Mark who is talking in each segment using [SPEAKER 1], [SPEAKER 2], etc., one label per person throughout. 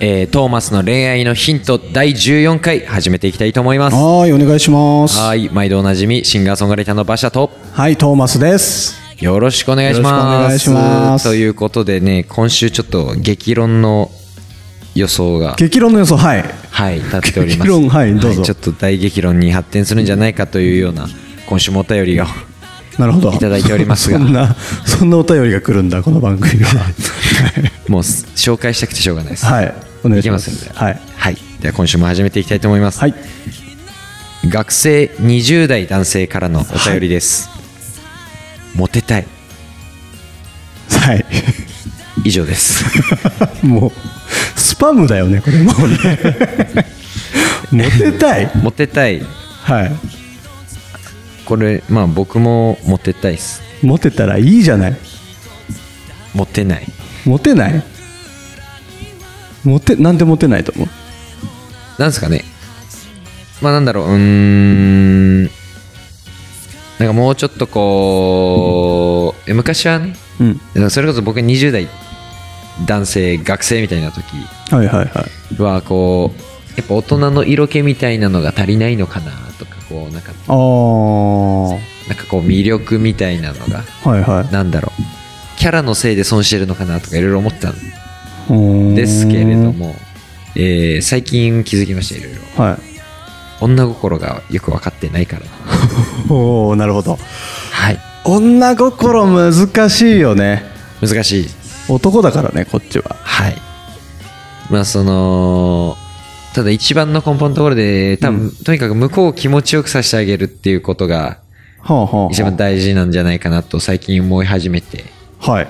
[SPEAKER 1] えー、トーマスの恋愛のヒント第14回始めていきたいと思いますは
[SPEAKER 2] はーい、お願いします。は
[SPEAKER 1] ーい毎度おなじみシンガーソングライターの馬車と
[SPEAKER 2] い、トーマスです。
[SPEAKER 1] よろしくお願いし
[SPEAKER 2] よ
[SPEAKER 1] ま
[SPEAKER 2] ろ
[SPEAKER 1] す
[SPEAKER 2] しくお願いします
[SPEAKER 1] ということでね今週ちょっと激論の予想が
[SPEAKER 2] 激論の予想、はい。
[SPEAKER 1] はい立っております
[SPEAKER 2] 激論はいどうぞ
[SPEAKER 1] ちょっと大激論に発展するんじゃないかというような今週もお便りが
[SPEAKER 2] なるほど。
[SPEAKER 1] いただいておりますが
[SPEAKER 2] そんな、そんなお便りが来るんだ、この番組は。
[SPEAKER 1] もうす紹介したくてしょうがないです
[SPEAKER 2] はい、お願い
[SPEAKER 1] い
[SPEAKER 2] し
[SPEAKER 1] きま
[SPEAKER 2] ますす。
[SPEAKER 1] んでは
[SPEAKER 2] はい。
[SPEAKER 1] はい、では今週も始めていきたいと思います、
[SPEAKER 2] はい、
[SPEAKER 1] 学生20代男性からのお便りです、モテたい
[SPEAKER 2] はい。
[SPEAKER 1] 以上です
[SPEAKER 2] もう、スパムだよね、これもうね。 モテたい。
[SPEAKER 1] モテたい
[SPEAKER 2] はい。
[SPEAKER 1] これまあ僕もモテたいっす
[SPEAKER 2] モテたらいいじゃない。
[SPEAKER 1] モテない
[SPEAKER 2] モテないモテ、なんでモテないと思う
[SPEAKER 1] なんですかねまあなんだろううーんなんかもうちょっとこうえ昔はね
[SPEAKER 2] うん。
[SPEAKER 1] それこそ僕20代男性学生みたいな時
[SPEAKER 2] はいはいはい。
[SPEAKER 1] はこうやっぱ大人の色気みたいなのが足りないのかなとかこうなんか
[SPEAKER 2] あー。
[SPEAKER 1] なんかこう魅力みたいなのが
[SPEAKER 2] はいはい。
[SPEAKER 1] なんだろうキャラのせいで損してるのかなとかいろいろ思ったん
[SPEAKER 2] で
[SPEAKER 1] ですけれど。も、えー最近気づきましたいろいろ
[SPEAKER 2] はい。
[SPEAKER 1] 女心がよく分かってないから
[SPEAKER 2] おおなるほど。
[SPEAKER 1] はい
[SPEAKER 2] 女心難しいよね。
[SPEAKER 1] 難しい
[SPEAKER 2] 男だからね、こっちは。
[SPEAKER 1] はいまあそのただ一番の根本のところで多分、
[SPEAKER 2] うん
[SPEAKER 1] とにかく向こうを気持ちよくさせてあげるっていうことが
[SPEAKER 2] はあ、はあ。
[SPEAKER 1] 一番大事なんじゃないかなと最近思い始めて
[SPEAKER 2] はい。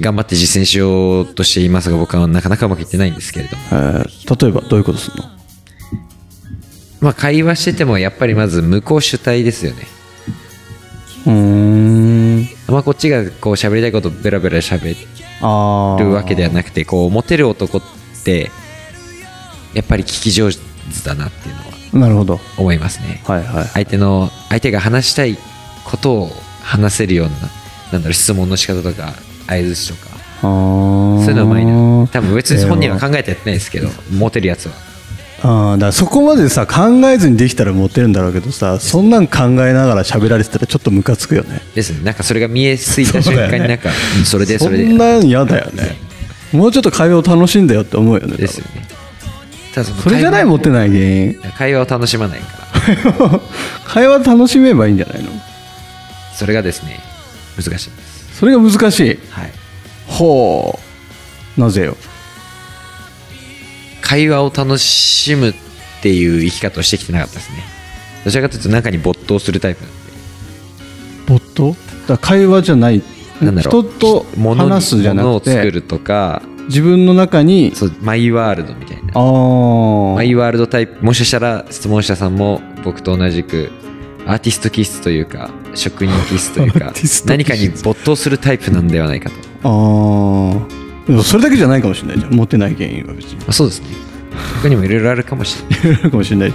[SPEAKER 1] 頑張って実践しようとしていますが僕はなかなかうまくいってないんですけれども
[SPEAKER 2] えー、例えば、どういうことするの
[SPEAKER 1] まあ、会話しててもやっぱりまず向こう主体ですよね、
[SPEAKER 2] うーん。
[SPEAKER 1] まあ、こっちがこう喋りたいことベラベラ喋
[SPEAKER 2] あー
[SPEAKER 1] るわけではなくてこうモテる男ってやっぱり聞き上手だなっていうのは
[SPEAKER 2] なるほど。
[SPEAKER 1] 思いますね
[SPEAKER 2] はいはい。
[SPEAKER 1] 相手の相手が話したいことを話せるようななんだろう質問の仕方とか相づちとか
[SPEAKER 2] あー
[SPEAKER 1] そういうのうまいな多分別に本人は考えてやってないですけどモテるやつは
[SPEAKER 2] あーだからそこまでさ、考えずにできたらモテるんだろうけどさ、そんなん考えながら喋られてたらちょっとムカつくよね。
[SPEAKER 1] ですねなんかそれが見えすぎた
[SPEAKER 2] そう
[SPEAKER 1] 瞬
[SPEAKER 2] だよ
[SPEAKER 1] 間
[SPEAKER 2] ね
[SPEAKER 1] になんかうんそれでそれで
[SPEAKER 2] んなん嫌だよね。もうちょっと会話を楽しんだよって思うよね。
[SPEAKER 1] ですよねただその
[SPEAKER 2] それじゃない
[SPEAKER 1] 会話
[SPEAKER 2] モテない原 因。
[SPEAKER 1] 会話を楽しまないから
[SPEAKER 2] 会話楽しめばいいんじゃないの
[SPEAKER 1] それがですね難しいんです
[SPEAKER 2] それが難しい
[SPEAKER 1] はい
[SPEAKER 2] ほうなぜよ
[SPEAKER 1] 会話を楽しむっていう生き方をしてきてなかったですねどちらかというと中に没頭するタイプなんで
[SPEAKER 2] ボットだから会話じゃない
[SPEAKER 1] なんだろ
[SPEAKER 2] 人
[SPEAKER 1] う
[SPEAKER 2] と
[SPEAKER 1] ひ物に
[SPEAKER 2] 話すじゃなく
[SPEAKER 1] 物を作
[SPEAKER 2] て
[SPEAKER 1] るとか
[SPEAKER 2] 自分の中に
[SPEAKER 1] そうマイワールドみたいな
[SPEAKER 2] ああ
[SPEAKER 1] マイワールドタイプもしかしたら質問者さんも僕と同じくアーティスト気質というか職人気質という
[SPEAKER 2] ア
[SPEAKER 1] か
[SPEAKER 2] ーティスト気質
[SPEAKER 1] 何かに没頭するタイプなんではないかと、ま
[SPEAKER 2] あーでもそれだけじゃないかもしれないじゃんモテない原因は別に
[SPEAKER 1] あ、そうですね他にもいろいろあるかもしれない
[SPEAKER 2] ある かもしれない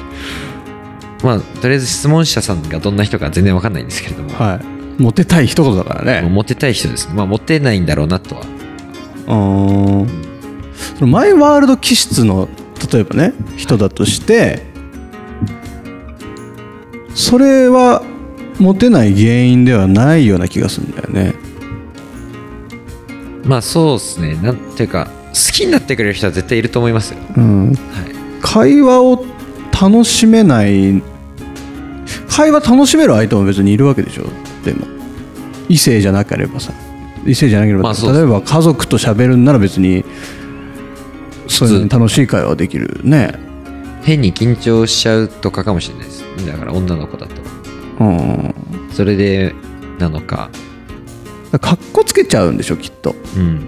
[SPEAKER 1] まあとりあえず質問者さんがどんな人か全然わかんないんですけれども、
[SPEAKER 2] はいモテたい一言だか
[SPEAKER 1] も
[SPEAKER 2] ら
[SPEAKER 1] う
[SPEAKER 2] ね
[SPEAKER 1] モテたい人ですまあモテないんだろうなとは
[SPEAKER 2] あーそのマイワールド気質の例えばね人だとしてそれはモテない原因ではないような気がするんだよね
[SPEAKER 1] まあそうですねなんていうか好きになってくれる人は絶対いると思いますよ、
[SPEAKER 2] うん、
[SPEAKER 1] はい、
[SPEAKER 2] 会話を楽しめない会話楽しめる相手も別にいるわけでしょでも異性じゃなければさ異性じゃなければ、
[SPEAKER 1] まあそうで
[SPEAKER 2] 例
[SPEAKER 1] す
[SPEAKER 2] えば家族と喋るんなら別にそういうのに楽しい会話はできるね
[SPEAKER 1] 変に緊張しちゃうとかかもしれないですだから女の子だと
[SPEAKER 2] うん
[SPEAKER 1] それでなのか
[SPEAKER 2] かっこつけちゃうんでしょきっと
[SPEAKER 1] うん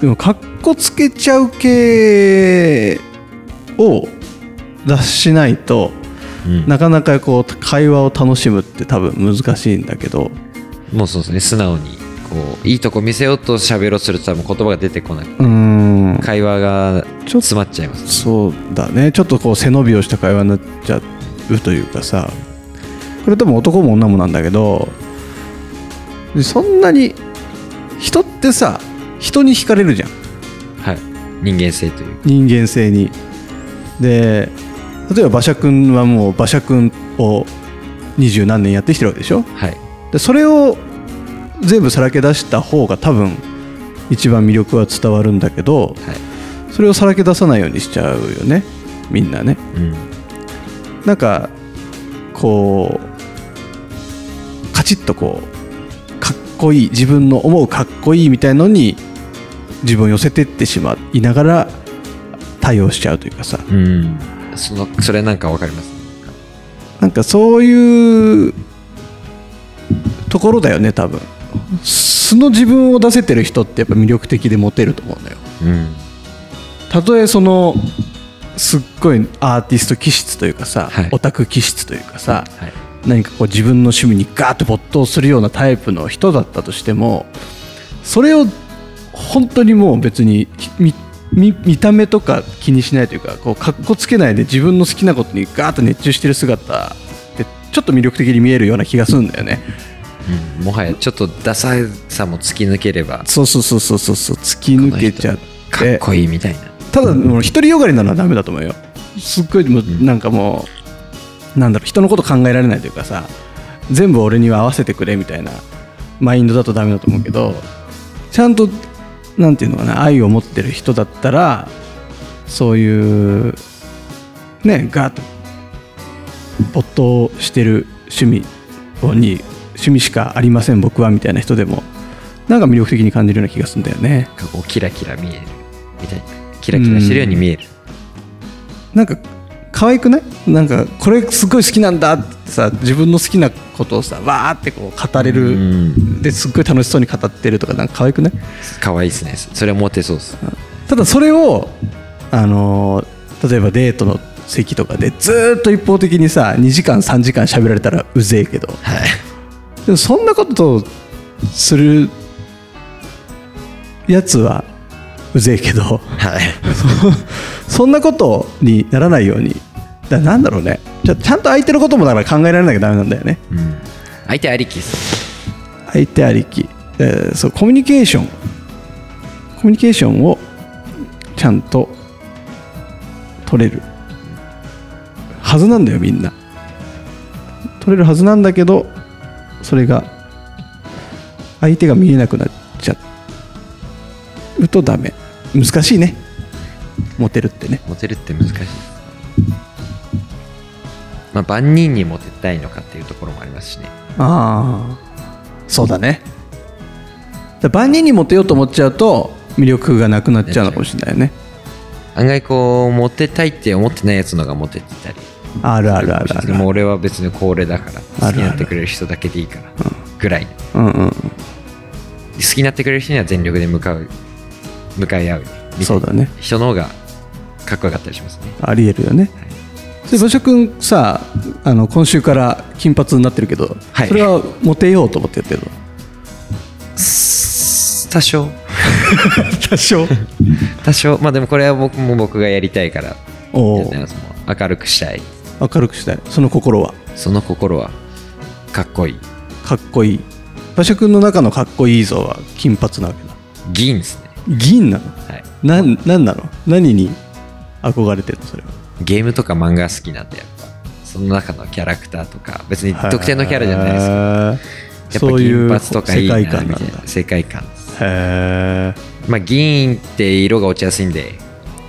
[SPEAKER 2] でもかっこつけちゃう系を脱しないと
[SPEAKER 1] うん
[SPEAKER 2] なかなかこう会話を楽しむって多分難しいんだけど
[SPEAKER 1] もうそうですね素直にこういいとこ見せようと喋ろうとすると多分言葉が出てこないう
[SPEAKER 2] ーん
[SPEAKER 1] 会話が
[SPEAKER 2] ちょっと
[SPEAKER 1] 詰まっちゃいます
[SPEAKER 2] そうだねちょっとこう背伸びをした会話になっちゃうというかさこれ多分男も女もなんだけどでそんなに人ってさ人に惹かれるじゃん
[SPEAKER 1] はい人間性というか
[SPEAKER 2] 人間性にで例えば馬車君はもう馬車君を二十何年やってきてるわけでしょ
[SPEAKER 1] はい
[SPEAKER 2] でそれを全部さらけ出した方が多分一番魅力は伝わるんだけど
[SPEAKER 1] はい
[SPEAKER 2] それをさらけ出さないようにしちゃうよねみんなね
[SPEAKER 1] うん
[SPEAKER 2] なんかこうカチッとこうかっこいい自分の思うかっこいいみたいのに自分を寄せてってしまいながら対応しちゃうというかさ
[SPEAKER 1] うんそのそれなんかわかります
[SPEAKER 2] なんかそういうところだよね多分素の自分を出せてる人ってやっぱ魅力的でモテると思うんだよ
[SPEAKER 1] うん
[SPEAKER 2] たとえそのすっごいアーティスト気質というかさ、
[SPEAKER 1] はい
[SPEAKER 2] オタク気質というかさ、
[SPEAKER 1] はい
[SPEAKER 2] 何かこう自分の趣味にガーッと没頭するようなタイプの人だったとしてもそれを本当にもう別に見見見た目とか気にしないというかこうかっこつけないで自分の好きなことにガーッと熱中してる姿ってちょっと魅力的に見えるような気がするんだよね
[SPEAKER 1] うんもはやちょっとダサいさも突き抜ければ
[SPEAKER 2] そうそうそうそうそうそう突き抜けちゃっ
[SPEAKER 1] かってこいいみたいな
[SPEAKER 2] ただもう独りよがりなのはダメだと思うよすっごいもうなんかもうなんだろう人のこと考えられないというかさ全部俺には合わせてくれみたいなマインドだとダメだと思うけどちゃんとなんていうのかな愛を持ってる人だったらそういうねガーッと没頭してる趣味に趣味しかありません僕はみたいな人でもなんか魅力的に感じるような気がするんだよね。
[SPEAKER 1] なんかこうキラキラ見えるみたいなキラキラしてるように見える
[SPEAKER 2] なんか可愛くないなんかこれすごい好きなんだってさ自分の好きなことをさわーってこう語れ
[SPEAKER 1] う
[SPEAKER 2] る、
[SPEAKER 1] ん
[SPEAKER 2] ですっごい楽しそうに語ってるとかなんか可愛くない
[SPEAKER 1] 可愛いですねそれはモテそうです
[SPEAKER 2] ただそれを、あのー例えばデートの席とかでずーっと一方的にさ2時間3時間喋られたらうぜえけど
[SPEAKER 1] はい
[SPEAKER 2] でもそんなことをするやつはうぜえけど。
[SPEAKER 1] はい
[SPEAKER 2] そんなことにならないようにだなんだろうねちゃちゃんと相手のこともだから考えられなきゃダメなんだよね
[SPEAKER 1] うん相手ありきです
[SPEAKER 2] 相手ありき、えーそうコミュニケーションコミュニケーションをちゃんと取れるはずなんだよみんな取れるはずなんだけどそれが相手が見えなくなっちゃうとダメ難しいねモテるってね
[SPEAKER 1] モテるって難しいまあ万人にモテたいのかっていうところもありますしね
[SPEAKER 2] ああそうだねだ万人にモテようと思っちゃうと魅力がなくなっちゃうのかもしれないね
[SPEAKER 1] 案外こうモテたいって思ってないやつのがモテてたり
[SPEAKER 2] あるあるあるある
[SPEAKER 1] もう俺は別に高齢だから好
[SPEAKER 2] あるある
[SPEAKER 1] きになってくれる人だけでいいからぐらい好
[SPEAKER 2] うんうんうん
[SPEAKER 1] きになってくれる人には全力で向かう向かい合うみたいな
[SPEAKER 2] そうだね
[SPEAKER 1] 人の方がかっこよかったりしますね
[SPEAKER 2] ありえるよねそれ馬車君さあの今週から金髪になってるけど、
[SPEAKER 1] はい
[SPEAKER 2] それはモテようと思ってやってるの
[SPEAKER 1] 多少
[SPEAKER 2] 多少
[SPEAKER 1] 多少まあでもこれは僕も僕がやりたいから
[SPEAKER 2] お
[SPEAKER 1] や
[SPEAKER 2] お
[SPEAKER 1] ってますもう明るくしたい
[SPEAKER 2] 明るくしたいその心は
[SPEAKER 1] その心はかっこいい
[SPEAKER 2] かっこいい馬車君の中のかっこいい像は金髪なわけだ
[SPEAKER 1] 銀ですね
[SPEAKER 2] 銀なの
[SPEAKER 1] はい
[SPEAKER 2] なんなんなの何に憧れてるのそれは
[SPEAKER 1] ゲームとか漫画好きなんでやっぱその中のキャラクターとか別に特定のキャラじゃないですけど
[SPEAKER 2] け
[SPEAKER 1] やっぱ銀髪とかいいな
[SPEAKER 2] 世
[SPEAKER 1] み
[SPEAKER 2] 界
[SPEAKER 1] たい
[SPEAKER 2] 観なんだ
[SPEAKER 1] な世界観です
[SPEAKER 2] へえ
[SPEAKER 1] まあ銀って色が落ちやすいんで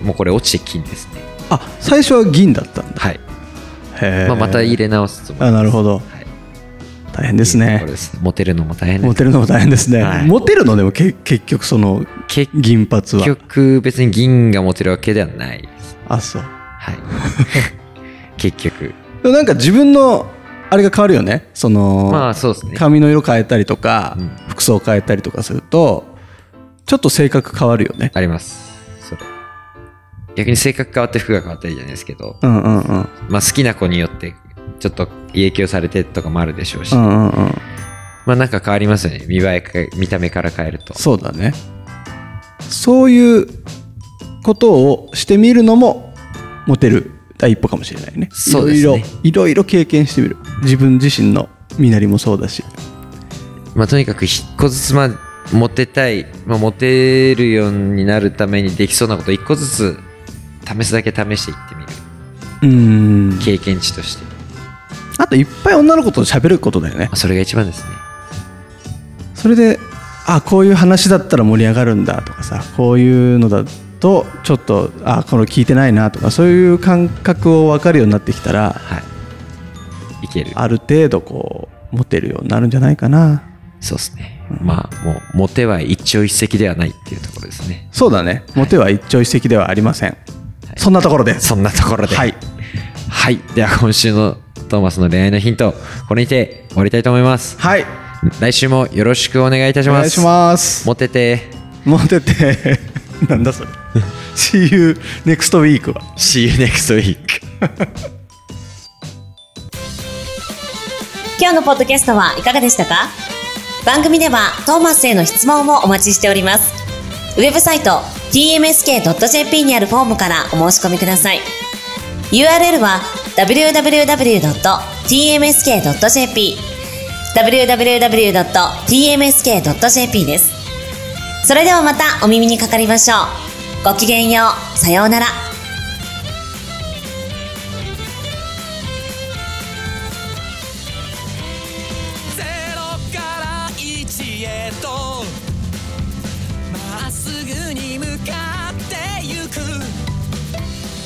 [SPEAKER 1] もうこれ落ちて金ですね
[SPEAKER 2] あ最初は銀だったんだ
[SPEAKER 1] はい、
[SPEAKER 2] へえ、
[SPEAKER 1] まあ、また入れ直すと思います
[SPEAKER 2] あなるほど
[SPEAKER 1] はい、
[SPEAKER 2] 大変です
[SPEAKER 1] これ
[SPEAKER 2] ね
[SPEAKER 1] ですモテるのも大変で
[SPEAKER 2] モ
[SPEAKER 1] す
[SPEAKER 2] テるのも大変ですね、
[SPEAKER 1] はい
[SPEAKER 2] モテるのでもけ結局その
[SPEAKER 1] 結
[SPEAKER 2] 銀髪は
[SPEAKER 1] 局別に銀がモテるわけではないです
[SPEAKER 2] あそう
[SPEAKER 1] はい 結局
[SPEAKER 2] でもなんか自分のあれが変わるよねその、
[SPEAKER 1] まあそうですね
[SPEAKER 2] 髪の色変えたりとか、
[SPEAKER 1] うん
[SPEAKER 2] 服装変えたりとかするとちょっと性格変わるよね
[SPEAKER 1] ありますそれ逆に性格変わって服が変わったりじゃないですけど、
[SPEAKER 2] うんうんうん
[SPEAKER 1] まあ、好きな子によってちょっと影響されてとかもあるでしょうし、
[SPEAKER 2] うんうんうん
[SPEAKER 1] まあなんか変わりますよね見栄えか見た目から変えると
[SPEAKER 2] そうだねそういうことをしてみるのもモテる第一歩かもしれないね
[SPEAKER 1] そうですね
[SPEAKER 2] いろいろいろいろ経験してみる自分自身の身なりもそうだし
[SPEAKER 1] まあ、とにかく一個ずつ、まあ、モテたい、まあ、モテるようになるためにできそうなこと一個ずつ試すだけ試していってみる
[SPEAKER 2] うん
[SPEAKER 1] 経験値として、ま
[SPEAKER 2] あといっぱい女の子と喋ることだよね
[SPEAKER 1] あ、それが一番ですね
[SPEAKER 2] それであこういう話だったら盛り上がるんだとかさこういうのだとちょっとあこの聞いてないなとかそういう感覚を分かるようになってきたら
[SPEAKER 1] はいいける
[SPEAKER 2] ある程度こうモテるようになるんじゃないかな
[SPEAKER 1] そうですねまあもうモテは一朝一夕ではないっていうところですね
[SPEAKER 2] そうだねモテは一朝一夕ではありません、そんなところです
[SPEAKER 1] そんなところでは
[SPEAKER 2] はい、
[SPEAKER 1] はい、では今週のトーマスの恋愛のヒントこれにて終わりたいと思います
[SPEAKER 2] はい
[SPEAKER 1] 来週もよろしくお願いいたし
[SPEAKER 2] お
[SPEAKER 1] ま
[SPEAKER 2] 願い
[SPEAKER 1] す
[SPEAKER 2] します
[SPEAKER 1] モテて
[SPEAKER 2] モテて なんだそれ See you next week は
[SPEAKER 1] See you next week
[SPEAKER 3] 今日のポッドキャストはいかがでしたか番組ではトーマスへの質問もお待ちしております。ウェブサイト tmsk.jp にあるフォームからお申し込みください。URL は www.tmsk.jp www.tmsk.jp です。それではまたお耳にかかりましょう。ごきげんよう。さようなら。
[SPEAKER 4] ゼロから一へとまっすぐに向かってゆく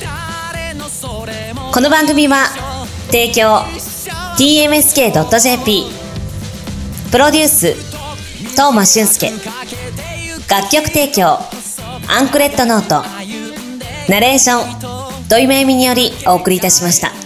[SPEAKER 4] 誰のそれも
[SPEAKER 3] この番組は提供 tmsk.jp プロデュース東間俊介楽曲提供アンクレットノートナレーション土井めいみによりお送りいたしました。